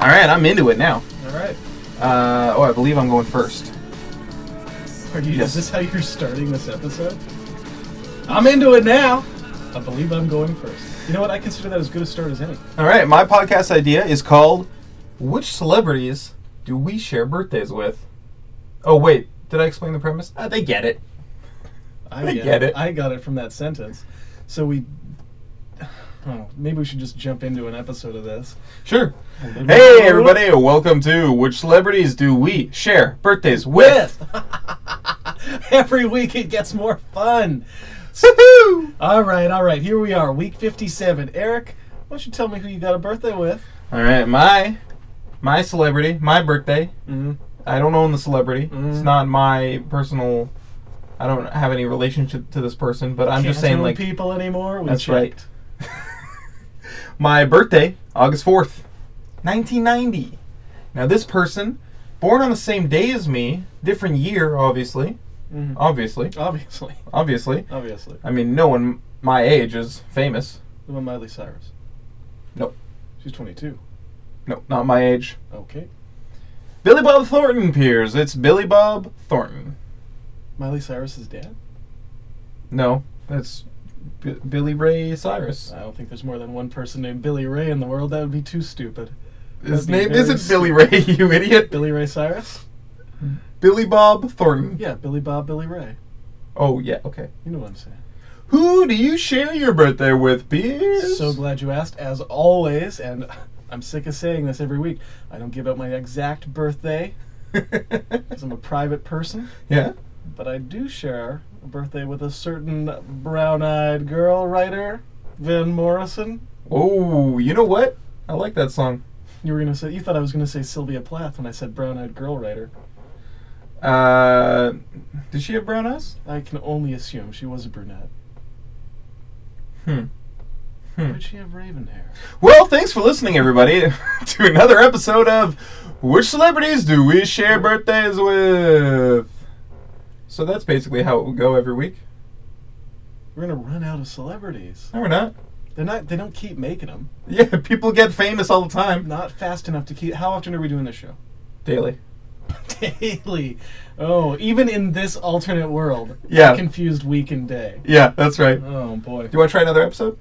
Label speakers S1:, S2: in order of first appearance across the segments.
S1: All right, I'm into it now.
S2: All right.
S1: Uh, oh, I believe I'm going first.
S2: Are you?
S1: Yes.
S2: Is this how you're starting this episode? I'm into it now. I believe I'm going first. You know what? I consider that as good a start as any.
S1: All right, my podcast idea is called "Which Celebrities Do We Share Birthdays With?" Oh wait, did I explain the premise? Uh, they get it. I get it.
S2: I got it from that sentence. So we. Oh, maybe we should just jump into an episode of this.
S1: Sure. Hey everybody, welcome to "Which Celebrities Do We Share Birthdays With?"
S2: With every week it gets more fun.
S1: Woohoo!
S2: All right, all right. Here we are, week 57. Eric, why don't you tell me who you got a birthday with?
S1: All right, my my celebrity, my birthday.
S2: Mm-hmm.
S1: I don't own the celebrity.
S2: Mm.
S1: It's not my personal. I don't have any relationship to this person, but I'm just saying, like,
S2: people anymore. We
S1: That's
S2: checked.
S1: my birthday, August 4th, 1990. Now, this person, born on the same day as me, different year, obviously.
S2: Mhm.
S1: Obviously.
S2: Obviously,
S1: Obviously.
S2: obviously.
S1: I mean, no one my age is famous.
S2: The one Miley Cyrus.
S1: Nope.
S2: She's 22.
S1: No, not my age.
S2: Okay.
S1: Billy Bob Thornton appears. It's Billy Bob Thornton.
S2: Miley Cyrus's dad?
S1: No, that's B- Billy Ray Cyrus.
S2: I don't think there's more than one person named Billy Ray in the world. That would be too stupid.
S1: His
S2: That'd be
S1: name
S2: very
S1: isn't Billy Ray, you idiot.
S2: Billy Ray Cyrus?
S1: Billy Bob Thornton.
S2: Yeah, Billy Bob, Billy Ray.
S1: Oh, yeah, okay.
S2: You know what I'm saying.
S1: Who do you share your birthday with, Piers?
S2: So glad you asked, as always, and I'm sick of saying this every week. I don't give out my exact birthday because I'm a private person,
S1: yeah.
S2: but I do share a birthday with a certain brown eyed girl writer, Van Morrison.
S1: Oh, you know what? I like that song.
S2: You were gonna say you thought I was gonna say Sylvia Plath when I said brown eyed girl writer.
S1: Uh, did she have brown eyes?
S2: I can only assume she was a brunette.
S1: Hmm.
S2: Why
S1: Hmm.
S2: would she have raven hair?
S1: Well, thanks for listening, everybody, to another episode of Which Celebrities Do We Share Birthdays With? So that's basically how it will go every week.
S2: We're gonna run out of celebrities.
S1: No, we're not.
S2: They're not. They don't keep making them.
S1: Yeah, people get famous all the time.
S2: Not fast enough to keep. How often are we doing this show?
S1: Daily.
S2: Daily. Oh, even in this alternate world,
S1: Yeah.
S2: I'm confused week and day.
S1: Yeah, that's right. Do
S2: Oh boy.
S1: you want to try another episode?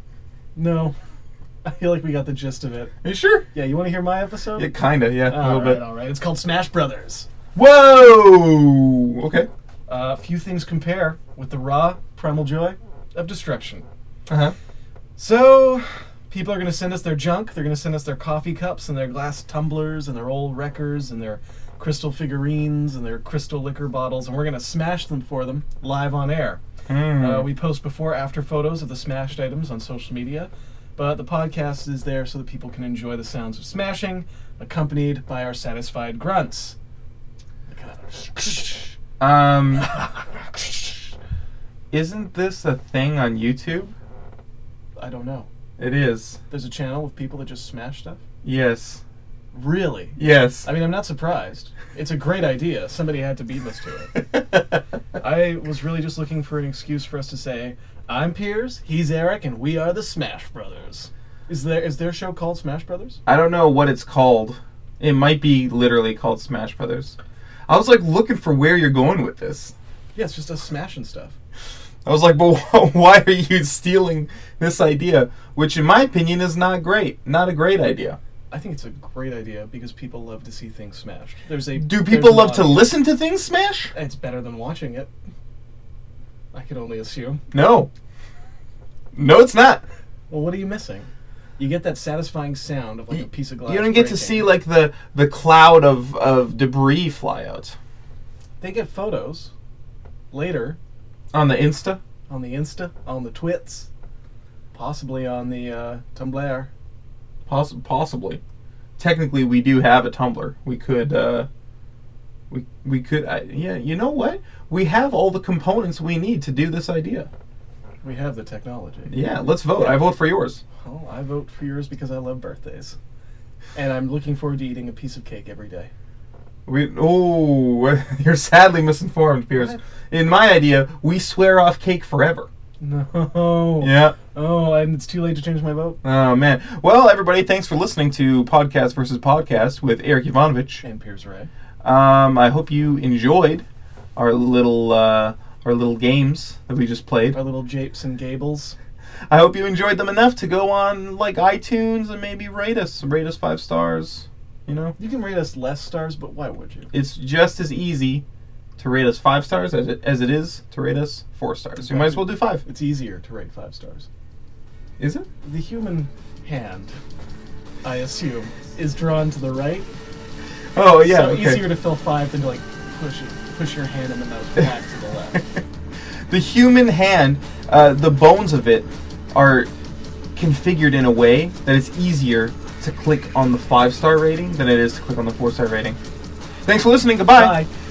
S2: No, I feel like we got the gist of it.
S1: Are you sure?
S2: Yeah, you want to hear my episode?
S1: Yeah, kinda, yeah, a
S2: all
S1: little
S2: right,
S1: bit.
S2: all right. It's called Smash Brothers.
S1: Whoa! Okay.
S2: Uh, few things compare with the raw primal joy of destruction.
S1: Uh huh.
S2: So, people are going to send us their junk. They're going to send us their coffee cups and their glass tumblers and their old wreckers and their crystal figurines and their crystal liquor bottles, and we're going to smash them for them live on air.
S1: Hmm.
S2: Uh, we post before after photos of the smashed items on social media, but the podcast is there so that people can enjoy the sounds of smashing, accompanied by our satisfied grunts.
S1: Um, isn't this a thing on YouTube?
S2: I don't know.
S1: It is.
S2: There's a channel with people that just smash stuff?
S1: Yes.
S2: Really?
S1: Yes.
S2: I mean, I'm not surprised. It's a great idea. Somebody had to beat us to it. I was really just looking for an excuse for us to say, "I'm Piers, he's Eric, and we are the Smash Brothers." Is there is their show called Smash Brothers?
S1: I don't know what it's called. It might be literally called Smash Brothers. I was like looking for where you're going with this.
S2: Yeah, it's just us smashing stuff.
S1: I was like, but why are you stealing this idea? Which, in my opinion, is not great. Not a great idea.
S2: I think it's a great idea because people love to see things smashed. There's a
S1: Do
S2: there's
S1: people
S2: an
S1: love to
S2: audience.
S1: listen to things smash?
S2: It's better than watching it. I can only assume.
S1: No. No, it's not.
S2: Well, what are you missing? You get that satisfying sound of like a piece of glass.
S1: You don't get to
S2: breaking.
S1: see like the the cloud of of debris fly out
S2: they get photos later
S1: on the Insta.
S2: on the Insta, on the Twits, possibly on the uh, Tumblr.
S1: Poss- possibly. Technically, we do have a Tumblr. We could. Uh, we we could. I, yeah. You know what? We have all the components we need to do this idea.
S2: We have the technology.
S1: Yeah. Let's vote. I vote for yours.
S2: Well, I vote for yours because I love birthdays. And I'm looking forward to eating a piece of cake every day.
S1: We. Oh, you're sadly misinformed, Piers.
S2: What?
S1: In my idea, we swear off cake forever.
S2: No.
S1: Yeah.
S2: Oh, and it's too late to change my vote.
S1: Oh man. Well, everybody, thanks for listening to Podcast versus Podcast with Eric Ivanovich.
S2: And Piers Ray.
S1: Um, I hope you enjoyed our little uh, our little games that we just played.
S2: Our little japes and gables.
S1: I hope you enjoyed them enough to go on like iTunes and maybe rate us, rate us five stars. You know,
S2: You can rate us less stars, but why would you?
S1: it's just as easy to rate us five stars as it, as it is to rate us four stars. You might as well do five.
S2: It's easier to rate five stars.
S1: Is it?
S2: The human hand, I assume, is drawn to the right.
S1: Oh yeah.
S2: So
S1: okay.
S2: easier to fill five than to like push it, push your hand in the nose back to the left.
S1: the human hand, uh, the bones of it are configured in a way that it's easier to click on the five star rating than it is to click on the four star rating. Thanks for listening. Goodbye.
S2: Bye.